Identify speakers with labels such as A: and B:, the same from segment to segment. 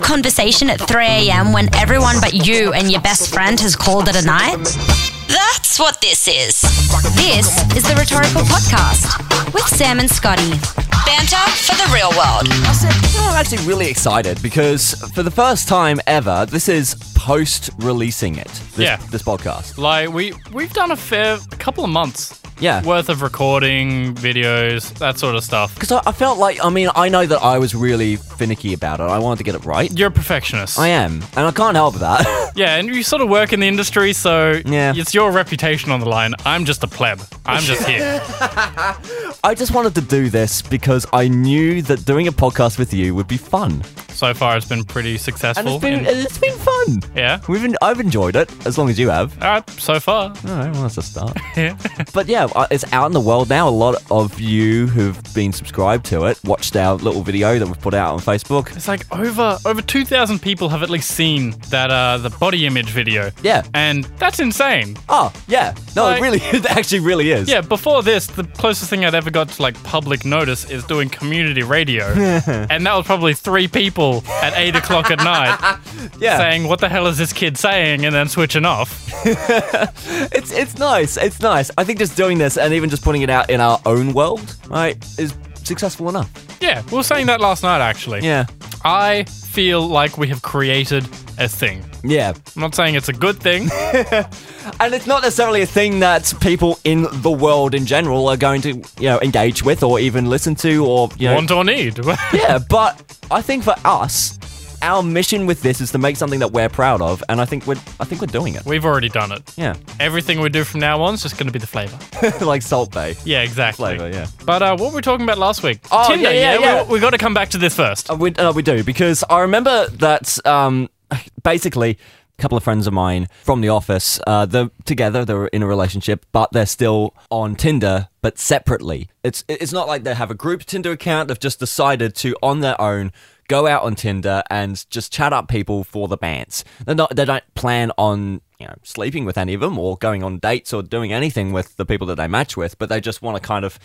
A: conversation at 3 a.m. when everyone but you and your best friend has called it a night? That's what this is. This is the Rhetorical Podcast with Sam and Scotty. Banter for the real world.
B: You know, I'm actually really excited because for the first time ever, this is post releasing it. This,
C: Yeah.
B: This podcast.
C: Like we we've done a fair a couple of months
B: Yeah.
C: worth of recording videos, that sort of stuff.
B: Because I, I felt like, I mean, I know that I was really finicky about it. I wanted to get it right.
C: You're a perfectionist.
B: I am. And I can't help that.
C: Yeah, and you sort of work in the industry, so
B: Yeah.
C: it's your reputation on the line. I'm just a pleb. I'm just here.
B: I just wanted to do this because I knew that doing a podcast with you would be fun.
C: So far, it's been pretty
B: And
C: successful.
B: it's been,
C: and-
B: it's been fun.
C: yeah.
B: We've en- I've enjoyed it as long as you have.
C: All right. uh, So far.
B: All right, well, that's a start.
C: Yeah.
B: But yeah, uh, it's out in the world now. A lot of you who've been subscribed to it watched our little video that we've put out on Facebook.
C: It's like over over two thousand people have at least seen that uh the body image video.
B: Yeah.
C: And that's insane.
B: Oh, yeah. No,
C: Like-
B: it really, it actually really is.
C: Yeah, before this, the closest thing I'd ever got to like public notice is doing community radio, and that was probably three people at eight o'clock at night
B: yeah.
C: saying, "What the hell is this kid saying?" and then switching off.
B: It's it's nice. It's nice. I think just doing this and even just putting it out in our own world, right, is successful enough.
C: Yeah, we were saying that last night actually.
B: Yeah.
C: I feel like we have created a thing.
B: Yeah.
C: I'm not saying it's a good thing.
B: And it's not necessarily a thing that people in the world in general are going to, you know, engage with or even listen to or, you know,
C: Want or need?
B: Yeah, but I think for us, our mission with this is to make something that we're proud of, and I think we're I think we're doing it.
C: We've already done it.
B: Yeah,
C: Everything we do from now on is just going to be the flavor.
B: like Salt Bay.
C: Yeah, exactly.
B: Flavor, yeah.
C: But uh, what were we talking about last week?
B: Oh,
C: Tinder.
B: yeah, yeah,
C: we-
B: yeah.
C: We, got to come back to this first.
B: Uh, we, uh, we do because I remember that um, basically a couple of friends of mine from the office. Uh, they're together, they're in a relationship, but they're still on Tinder, but separately. It's it's not like they have a group Tinder account. They've just decided to on their own go out on Tinder and just chat up people for the bands. They're not they don't plan on you know sleeping with any of them or going on dates or doing anything with the people that they match with, but they just want to kind of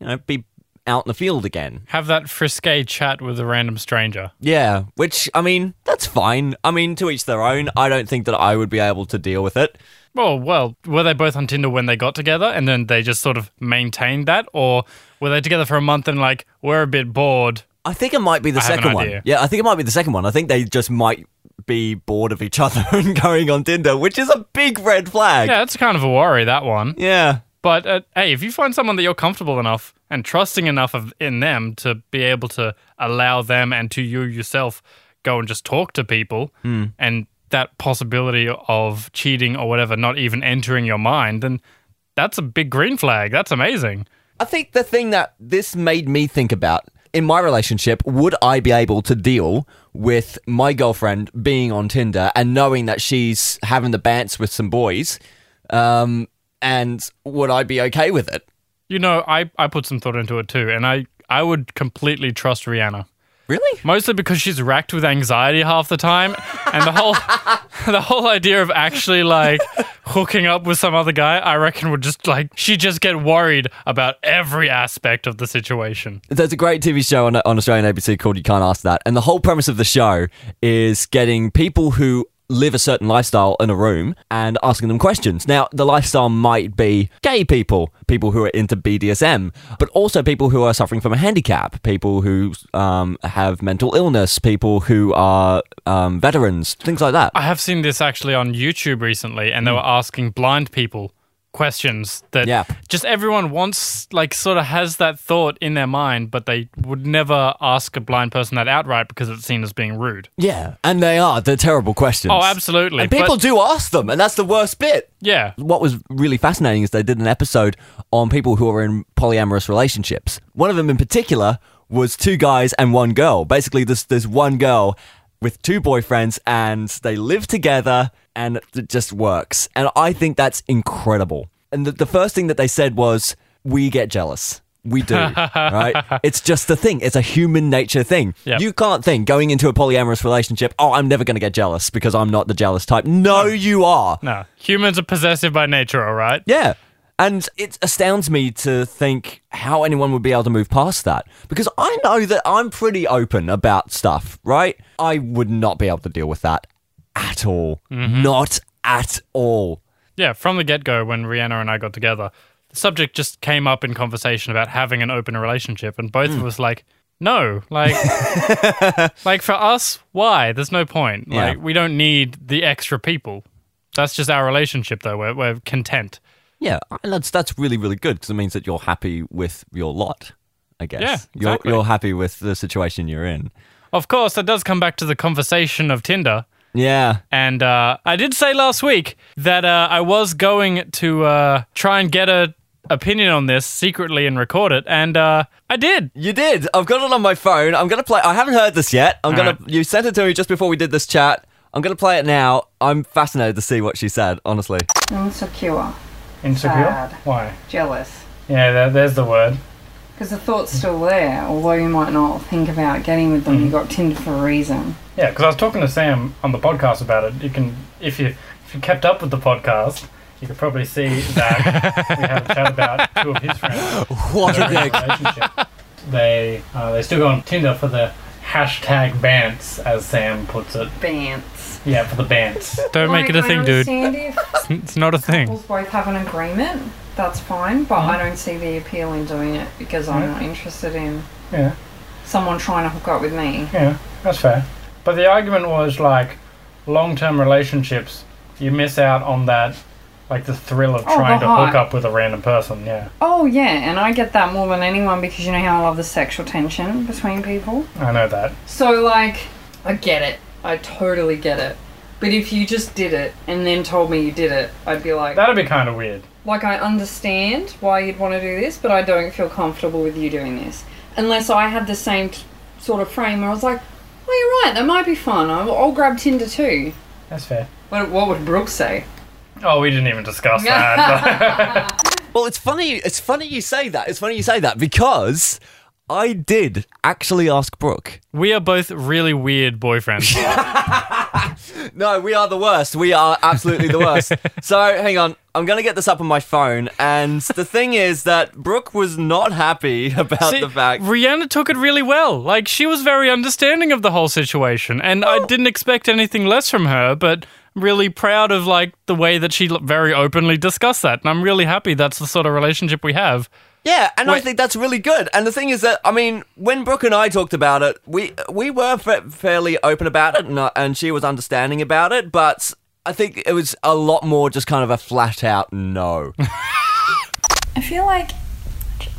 B: you know be out in the field again
C: Have that frisky chat with a random stranger.
B: yeah, which I mean, that's fine. I mean, to each their own. I don't think that I would be able to deal with it.
C: Well, well, were they both on Tinder when they got together and then they just sort of maintained that? Or were they together for a month and like, we're a bit bored?
B: I think it might be the
C: I have an
B: second
C: idea.
B: one. Yeah, I think it might be the second one. I think they just might be bored of each other and going on Tinder, which is a big red flag.
C: Yeah, that's kind of a worry, that one.
B: Yeah.
C: But uh, hey, if you find someone that you're comfortable enough and trusting enough of, in them to be able to allow them and to you yourself go and just talk to people and that possibility of cheating or whatever not even entering your mind, then that's a big green flag. That's amazing.
B: I think the thing that this made me think about in my relationship would I be able to deal with my girlfriend being on Tinder and knowing that she's having the bants with some boys? Um, and would I be okay with it?
C: You know, I, I put some thought into it too, and I, I would completely trust Rihanna.
B: Really?
C: Mostly because she's racked with anxiety half the time, and the whole the whole idea of actually like hooking up with some other guy, I reckon would just like she'd just get worried about every aspect of the situation.
B: There's a great TV show on, on Australian ABC called You Can't Ask That. And the whole premise of the show is getting people who live a certain lifestyle in a room and asking them questions. Now, the lifestyle might be gay people, people who are into BDSM, but also people who are suffering from a handicap, people who um, have mental illness, people who are um, veterans, things like that.
C: I have seen this actually on YouTube recently, and they were asking blind people questions that
B: Hmm. Yeah.
C: just everyone wants, like, sort of has that thought in their mind, but they would never ask a blind person that outright because it's seen as being rude.
B: Yeah, and they are. They're terrible questions.
C: Oh, absolutely.
B: And people
C: But-
B: do ask them, and that's the worst bit.
C: yeah.
B: what was really fascinating is they did an episode on people who are in polyamorous relationships. One of them in particular was two guys and one girl. Basically, this there's one girl with two boyfriends, and they live together, and it just works. And I think that's incredible. And the, the first thing that they said was, "We get jealous." We do, right? It's just a thing. It's a human nature thing.
C: Yep.
B: You can't think going into a polyamorous relationship, oh, I'm never going to get jealous because I'm not the jealous type. No, you are.
C: No. Humans are possessive by nature, all right?
B: Yeah. And it astounds me to think how anyone would be able to move past that because I know that I'm pretty open about stuff, right? I would not be able to deal with that at all.
C: Mm-hmm.
B: Not at all.
C: Yeah, from the get go, when Rihanna and I got together, the subject just came up in conversation about having an open relationship, and both of us like, no, like, like for us, why? There's no point.
B: Yeah.
C: Like, we don't need the extra people. That's just our relationship, though. We're, we're content.
B: Yeah, and that's that's really really good because it means that you're happy with your lot. I guess.
C: Yeah, exactly.
B: You're you're happy with the situation you're in.
C: Of course, that does come back to the conversation of Tinder.
B: Yeah.
C: And uh, I did say last week that uh, I was going to uh, try and get a opinion on this secretly and record it, and uh, I did.
B: You did. I've got it on my phone. I'm gonna play. I haven't heard this yet. I'm gonna.
C: right.
B: You sent it to me just before we did this chat. I'm gonna play it now. I'm fascinated to see what she said. Honestly,
D: Insecure,
C: Insecure?
D: Bad.
C: Why?
D: jealous.
C: Yeah, there's the word.
D: Because the thought's still there, although you might not think about getting with
C: Mm.
D: them. You got Tinder for a reason.
C: Yeah, because I was talking to Sam on the podcast about it. You can, if you if you kept up with the podcast, you could probably see that we had a chat about two of his friends.
B: what a
C: that are in
B: dick.
C: a relationship. They uh, they still go on Tinder for the hashtag bants, as Sam puts it.
D: Bants.
C: Yeah, for the bants. Don't make
D: Like,
C: it a
D: I
C: thing, dude.
D: understand if
C: It's not a thing. Mm-hmm.
D: couples both have an agreement, that's fine, but I don't see the appeal in doing it because I'm not interested in
C: Yeah,
D: someone trying to hook up with me.
C: yeah, that's fair. But the argument was like, long-term relationships, you miss out on that, like the thrill of
D: Oh,
C: trying to
D: the
C: hook
D: high.
C: up with a random person. Yeah,
D: Oh, yeah, and I get that more than anyone because you know how I love the sexual tension between people.
C: I know that.
D: So, like, I get it. I totally get it. But if you just did it and then told me you did it, I'd be like,
C: That'd be kind of weird.
D: like I understand why you'd want to do this, but I don't feel comfortable with you doing this. Unless I had the same t- sort of frame where I was like, well, you're right, that might be fun. I'll, I'll grab Tinder too.
C: That's fair.
D: What, what would Brooke say?
C: Oh, we didn't even discuss that.
D: that.
B: Well, it's funny. It's funny you say that. It's funny you say that because I did actually ask Brooke.
C: we are both really weird boyfriends.
B: No, we are the worst. We are absolutely the worst. so hang on. I'm gonna get this up on my phone. And the thing is that Brooke was not happy about
C: See,
B: the fact.
C: Rihanna took it really well. Like she was very understanding of the whole situation, and I didn't expect anything less from her. But I'm really proud of like the way that she l- very openly discussed that, and I'm really happy that's the sort of relationship we have.
B: Yeah, and I
C: Wait.
B: think that's really good. And the thing is that I mean, when Brooke and I talked about it, we we were fa- fairly open about it, and, uh, and she was understanding about it. But I think it was a lot more just kind of a flat out no.
E: I feel like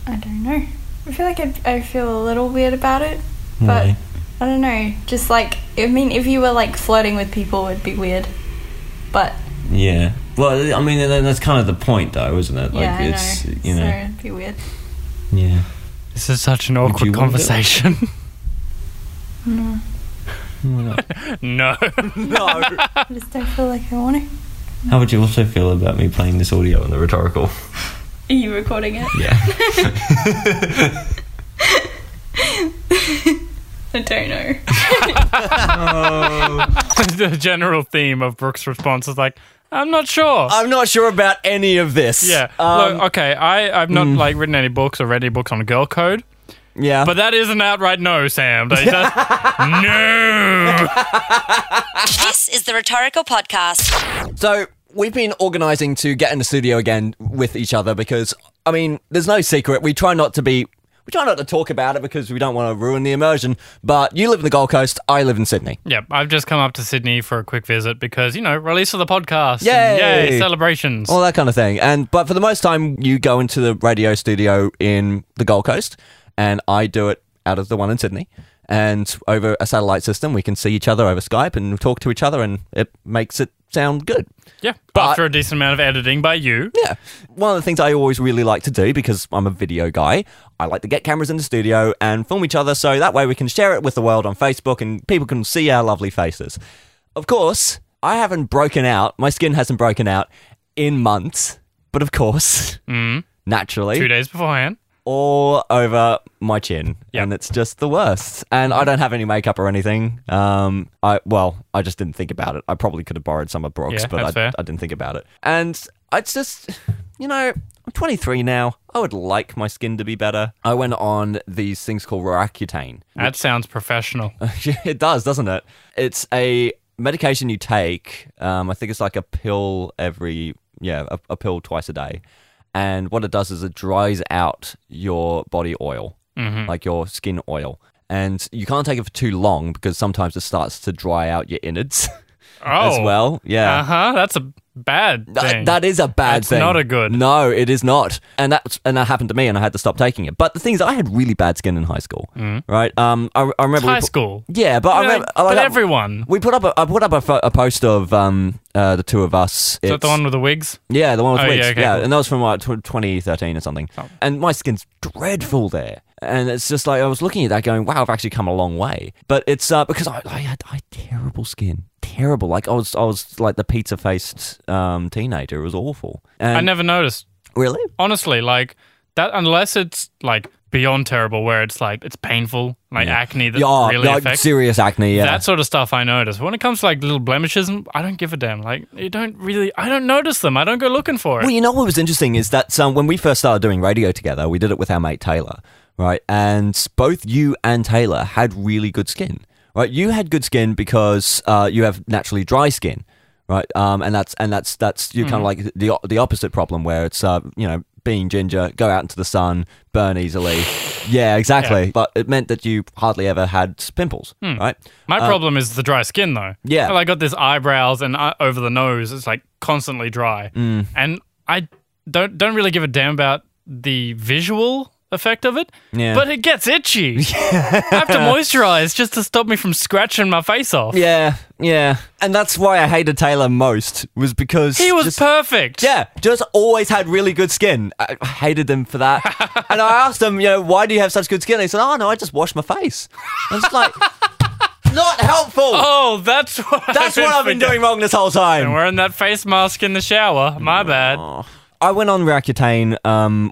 E: I don't know. I feel like I, I feel a little weird about it, but I don't know. Just like I mean, if you were like flirting with people, it'd be weird. But
F: Yeah. Well, I mean, then that's kind of the point, though, isn't it? Like,
E: yeah,
F: it's,
E: I know.
F: you
E: so
F: know.
E: it'd be weird.
F: Yeah.
C: This is such an
F: you
C: awkward
F: want it?
C: conversation. No.
B: no,
E: I just don't feel like I want to.
F: How would you also feel about me playing this audio on the rhetorical?
E: Are you recording it?
F: Yeah.
E: I don't know.
C: the general theme of Brooke's response is like, I'm not sure.
B: I'm not sure about any of this.
C: yeah.
B: um, Mm.
C: Look, okay, I, I've not like written any books or read any books on girl code,
B: yeah.
C: but that is an outright no, Sam. Like, that- no.
A: This is the Rhetorical Podcast.
B: So we've been organising to get in the studio again with each other because I mean, there's no secret. We try not to be. We try not to talk about it because we don't want to ruin the immersion. But you live in the Gold Coast, I live in Sydney.
C: Yep, I've just come up to Sydney for a quick visit because, you know, release of the podcast. and
B: Yay!
C: Yay! Celebrations.
B: all that kind of thing. And but for the most time, you go into the radio studio in the Gold Coast, and I do it out of the one in Sydney. And over a satellite system, we can see each other over Skype and talk to each other, and it makes it sound good.
C: yeah.
B: but-
C: After a decent amount of editing by you.
B: Yeah. One of the things I always really like to do because I'm a video guy, I like to get cameras in the studio and film each other so that way we can share it with the world on Facebook and people can see our lovely faces. Of course, I haven't broken out, my skin hasn't broken out in months, but of course, naturally,
C: Two days beforehand.
B: all over my chin,
C: Yeah.
B: and it's just the worst. And I don't have any makeup or anything. Um, I well, I just didn't think about it. I probably could have borrowed some of Brooks,
C: Yeah,
B: but
C: that's
B: I,
C: fair.
B: I didn't think about it. And it's just, you know, I'm 23 now. I would like my skin to be better. I went on these things called Roaccutane.
C: That sounds professional.
B: it does, doesn't it? It's a medication you take. Um, I think it's like a pill every, yeah, a, a pill twice a day. And what it does is it dries out your body oil,
C: Mm-hmm.
B: like your skin oil. And you can't take it for too long because sometimes it starts to dry out your innards
C: Oh,
B: as well. Yeah.
C: Uh huh. That's a bad thing.
B: Th- that is a bad
C: That's
B: thing.
C: not a good-
B: No, it is not. And that and that happened to me, and I had to stop taking it. But the thing is, I had really bad skin in high school. Right? Um, I, I remember we
C: Mm. high
B: put-
C: school.
B: Yeah, but I
C: You know,
B: remember. I-
C: but
B: I-
C: everyone.
B: we put up. A, I put up a, pho- a post of um uh, the two of us.
C: Is that the
B: It's-
C: one with the wigs?
B: Yeah, the one with
C: Oh, yeah,
B: wigs. Yeah,
C: okay, cool. Oh.
B: and that was from like tw- 2013 or something. And my skin's dreadful there. And it's just like I was looking at that, going, "Wow, I've actually come a long way." But it's uh, because I, I, had, I had terrible skin, terrible. Like I was, I was like the pizza-faced um, teenager. It was awful. And
C: I never noticed.
B: really.
C: Honestly, like that, unless it's like beyond terrible, where it's like it's painful, like acne that
B: Yeah, oh,
C: really
B: like
C: affects.
B: serious acne. Yeah,
C: That sort of stuff I notice. When it comes to like little blemishes, I don't give a damn. Like you don't really, I don't notice them. I don't go looking for it.
B: Well, you know what was interesting is that um, when we first started doing radio together, we did it with our mate Taylor, right? And both you and Taylor had really good skin, right? You had good skin because uh, you have naturally dry skin, right? Um, and that's and that's that's you
C: Mm.
B: kind of like the o- the opposite problem where it's uh, you know being ginger, go out into the sun, burn easily. yeah, exactly. But it meant that you hardly ever had pimples,
C: Hmm.
B: right?
C: My problem is the dry skin, though.
B: uh, Yeah.
C: Well, I got this eyebrows and uh, over the nose. It's like constantly dry,
B: Mm.
C: and I don't don't really give a damn about the visual effect of it.
B: Yeah.
C: But it gets itchy. I have to moisturize just to stop me from scratching my face off.
B: Yeah, yeah. And that's why I hated Taylor most was because
C: He was
B: just-
C: perfect.
B: Yeah, just always had really good skin. I I hated them for that. and I asked them, you know, why do you have such good skin? They said, oh, no, I just wash my face. I was like, not helpful.
C: Oh, that's what.
B: That's what I've been doing wrong this whole
C: And
B: time.
C: wearing that face mask in the shower. My bad.
B: I went on Roaccutane um,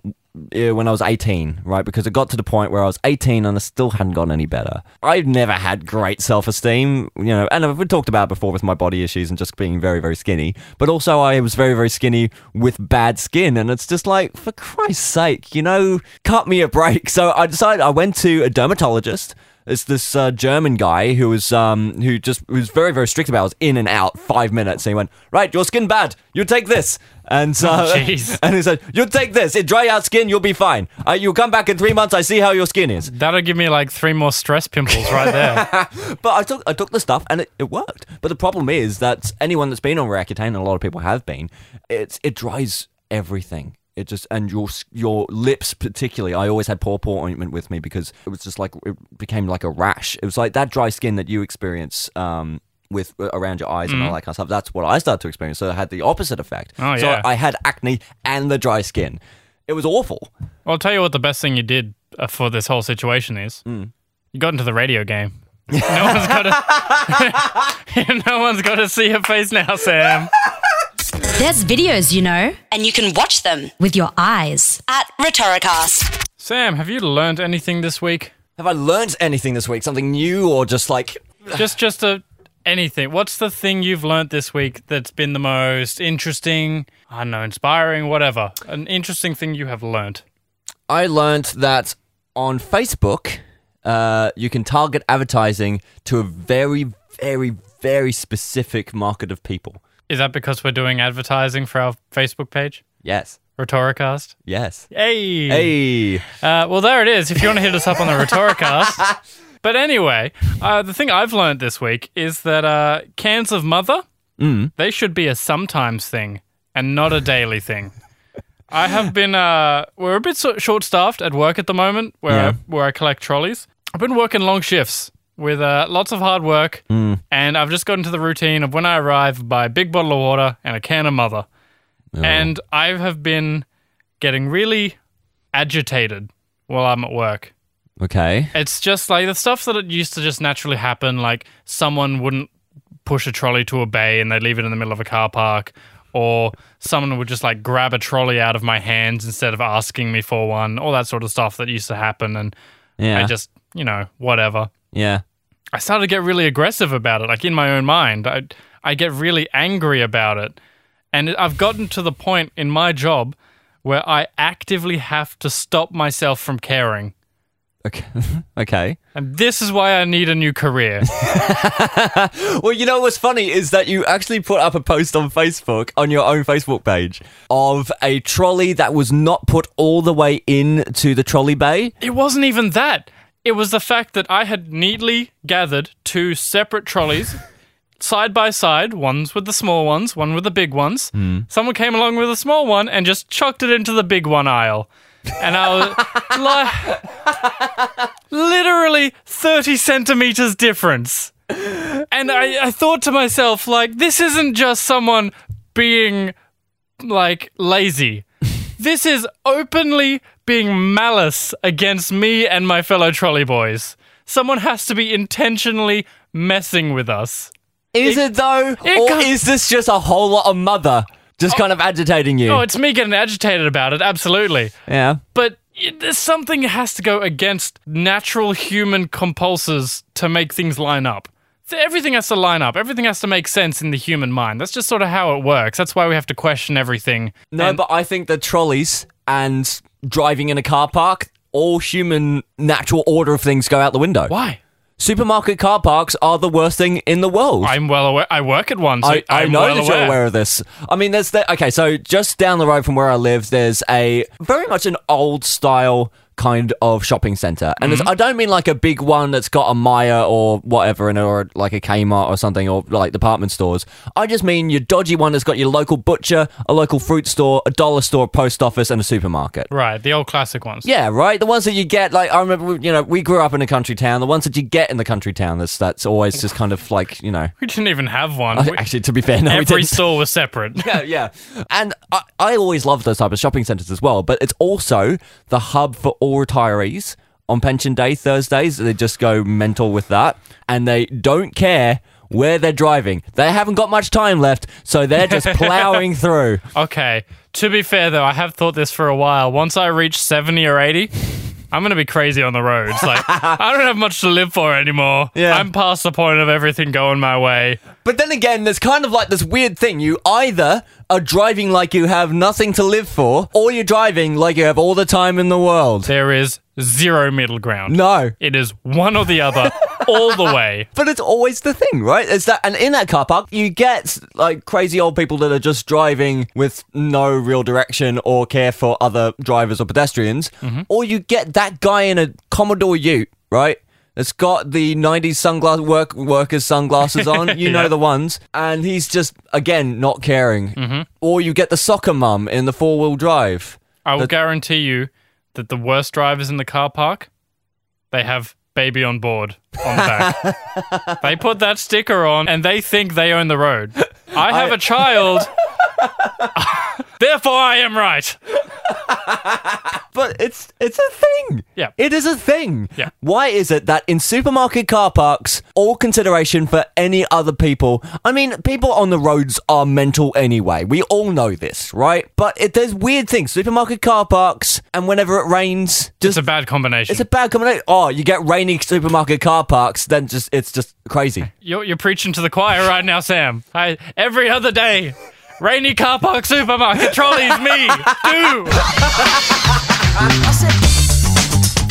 B: yeah, when I was 18, right? Because it got to the point where I was 18 and I still hadn't gotten any better. I've never had great self esteem, you know, and we talked about it before with my body issues and just being very, very skinny. But also, I was very, very skinny with bad skin. And it's just like, for Christ's sake, you know, cut me a break. So I decided I went to a dermatologist. It's this uh, German guy who was um, who just who was very very strict about. It. I was in and out five minutes, and he went right. Your skin bad. You take this, and uh,
C: jeez.
B: and he said you take this. It dry out skin. You'll be fine. Uh, you come back in three months. I see how your skin is.
C: That'll give me like three more stress pimples right there.
B: But I took I took the stuff and it, it worked. But the problem is that anyone that's been on Rakuten, and a lot of people have been, it's it dries everything. It just and your s- your lips particularly. I always had paw paw ointment with me because it was just like it became like a rash. It was like that dry skin that you experience. Um, with around your eyes and all that kind of stuff. That's what I started to experience. So it had the opposite effect.
C: Mm. Oh,
B: so
C: yeah.
B: I had acne and the dry skin. It was awful.
C: I'll tell you what the best thing you did uh, for this whole situation is.
B: Hmm.
C: You got into the radio game. No one's got to. no one's got to see your face now, Sam.
A: There's videos, you know,
G: and you can watch them
A: with your eyes.
G: at Rhetoricast.
C: Sam, have you learned anything this week?
B: Have I learned anything this week? Something new or just like
C: Just, just a anything. What's the thing you've learnt this week that's been the most interesting? I don't know, inspiring, whatever. An interesting thing you have learnt.
B: I learned that on Facebook, uh, you can target advertising to a very, very, very specific market of people.
C: Is that because we're doing advertising for our Facebook page,
B: Yes.
C: Rhetoricast?
B: Yes.
C: Hey.
B: Hey.
C: Uh, well, there it is. If you want to hit us up on the Rhetoricast. but anyway, uh, the thing I've learned this week is that uh, cans of mother, they should be a sometimes thing and not a daily thing. I have been, uh, we're a bit so- short staffed at work at the moment where, I, where I collect trolleys. I've been working long shifts with uh, lots of hard work, and I've just got into the routine of when I arrive, buy a big bottle of water and a can of mother. And I have been getting really agitated while I'm at work.
B: Okay.
C: It's just like the stuff that it used to just naturally happen, like someone wouldn't push a trolley to a bay and they leave it in the middle of a car park, or someone would just like grab a trolley out of my hands instead of asking me for one, all that sort of stuff that used to happen. And
B: Yeah.
C: I just, you know, whatever.
B: yeah.
C: I started to get really aggressive about it, like in my own mind. I I get really angry about it, and I've gotten to the point in my job where I actively have to stop myself from caring.
B: Okay. okay.
C: And this is why I need a new career.
B: Well, you know what's funny is that you actually put up a post on Facebook, on your own Facebook page, of a trolley that was not put all the way into the trolley bay.
C: it wasn't even that. It was the fact that I had neatly gathered two separate trolleys side by side, ones with the small ones, one with the big ones. Someone came along with a small one and just chucked it into the big one aisle. And I was like, literally 30 centimeters difference. And I, I thought to myself, like, this isn't just someone being like lazy. This is openly being malice against me and my fellow trolley boys. Someone has to be intentionally messing with us.
B: Is it, though? or
C: co-
B: is this just a whole lot of mother just kind of agitating you?
C: Oh, it's me getting agitated about it, absolutely.
B: yeah.
C: But it- there's something that has to go against natural human compulses to make things line up. So Everything has to line up. Everything has to make sense in the human mind. That's just sort of how it works. That's why we have to question everything.
B: No, but I think the trolleys and driving in a car park, all human natural order of things go out the window.
C: Why?
B: Supermarket car parks are the worst thing in the world.
C: I'm well aware. I work at one, so
B: I, I
C: am
B: know
C: well
B: that you're aware of this. I mean, there's the, okay. So just down the road from where I live, there's a very much an old style kind of shopping center, and
C: Mm-hmm.
B: it's I don't mean like a big one that's got a Maya or whatever in it, or like a Kmart or something, or like department stores. I just mean your dodgy one that's got your local butcher, a local fruit store, a dollar store, post office, and a supermarket.
C: Right, the old classic ones.
B: Yeah, right. The ones that you get, like I remember, you know, we grew up in a country town. The ones that you get in the country town, that's that's always just kind of like you know.
C: We didn't even have one. We-
B: Actually, to be fair, no, we
C: every
B: didn't.
C: store was separate.
B: yeah, yeah. And I, I always love those type of shopping centres as well, but it's also the hub for all retirees on pension day Thursdays. They just go mental with that and they don't care where they're driving. They haven't got much time left, so they're just ploughing through.
C: okay. To be fair, though, I have thought this for a while. Once I reach 70 or 80, I'm going to be crazy on the roads. Like, I don't have much to live for anymore.
B: Yeah.
C: I'm past the point of everything going my way.
B: But then again, there's kind of like this weird thing. You either are driving like you have nothing to live for, or you're driving like you have all the time in the world.
C: There is zero middle ground.
B: No.
C: It is one or the other all the way.
B: But it's always the thing, right? It's that, and in that car park, you get like crazy old people that are just driving with no real direction or care for other drivers or pedestrians, or you get that guy in a Commodore Ute, right? It's got the '90s sunglass work workers sunglasses on. You know the ones, and he's just again not caring. Or you get the soccer mum in the four wheel drive.
C: I will
B: That-
C: guarantee you that the worst drivers in the car park, they have baby on board on the back. they put that sticker on and they think they own the road. I have a child. Therefore, I am right.
B: But it's it's a thing.
C: Yeah.
B: It is a thing.
C: Yeah.
B: Why is it that in supermarket car parks, all consideration for any other people? I mean, people on the roads are mental anyway. We all know this, right? But it, there's weird things. Supermarket car parks, and whenever it rains,
C: It's
B: just
C: a bad combination.
B: it's a bad combination. Oh, you get rainy supermarket car parks, then just it's just crazy.
C: you're, you're preaching to the choir right now, Sam. I, every other day, rainy car park supermarket trolleys me. Do.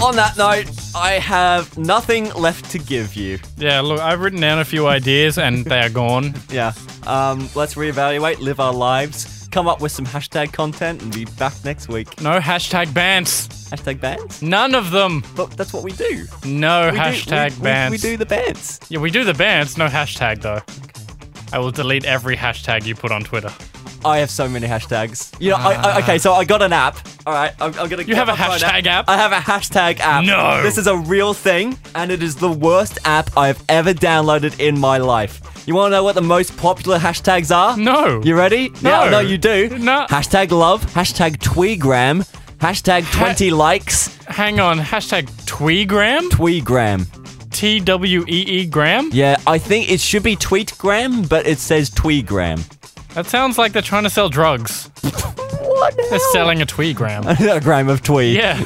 B: on that note, I have nothing left to give you.
C: Yeah, look, I've written down a few ideas and they are gone.
B: Yeah. Um, let's reevaluate, live our lives, come up with some hashtag content, and be back next week.
C: No hashtag bans.
B: Hashtag bands?
C: None of them.
B: But that's what we do.
C: No
B: We do-
C: hashtag
B: we- we-
C: bans.
B: We, do the bands.
C: Yeah, we do the bands, no hashtag though. I will delete every hashtag you put on Twitter.
B: I have so many hashtags. You know, I, I, okay, so I got an app. All right, I'm, I'm gonna.
C: Ah. You have a
B: I'll try an
C: hashtag app?
B: I have a hashtag app.
C: No.
B: This is a real thing, and it is the worst app I've ever downloaded in my life. You wanna know what the most popular hashtags are?
C: No.
B: You ready?
C: No.
B: Yeah, no, you do.
C: No.
B: Hashtag love, hashtag tweegram, hashtag 20 likes,
C: Hang on, hashtag Tweegram?
B: tweegram.
C: T W E E Gram?
B: Yeah, I think it should be tweetgram, but it says tweegram.
C: That sounds like they're trying to sell drugs.
B: What?
C: They're selling a Tweegram.
B: a gram of tweed.
C: Yeah.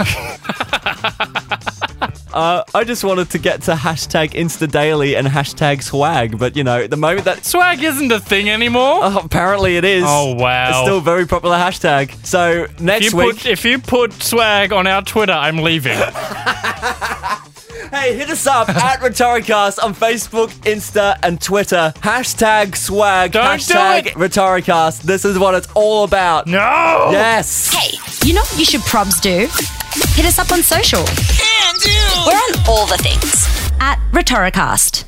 B: Uh, I just wanted to get to hashtag InstaDaily and hashtag swag, but you know, at the moment that
C: Swag isn't a thing anymore.
B: oh, apparently it is.
C: Oh, wow.
B: It's still a very popular hashtag. So next
C: if, you
B: week,
C: put, if you put swag on our Twitter, I'm leaving.
B: hey, hit us up at Rhetoricast on Facebook, Insta, and Twitter. Hashtag swag.
C: Don't do
B: hashtag
C: it.
B: Rhetoricast. This is what it's all about.
C: no!
B: Yes.
A: Hey, you know what you should probs do? Hit us up on social
G: We're on all the things.
A: at Rhetoricast.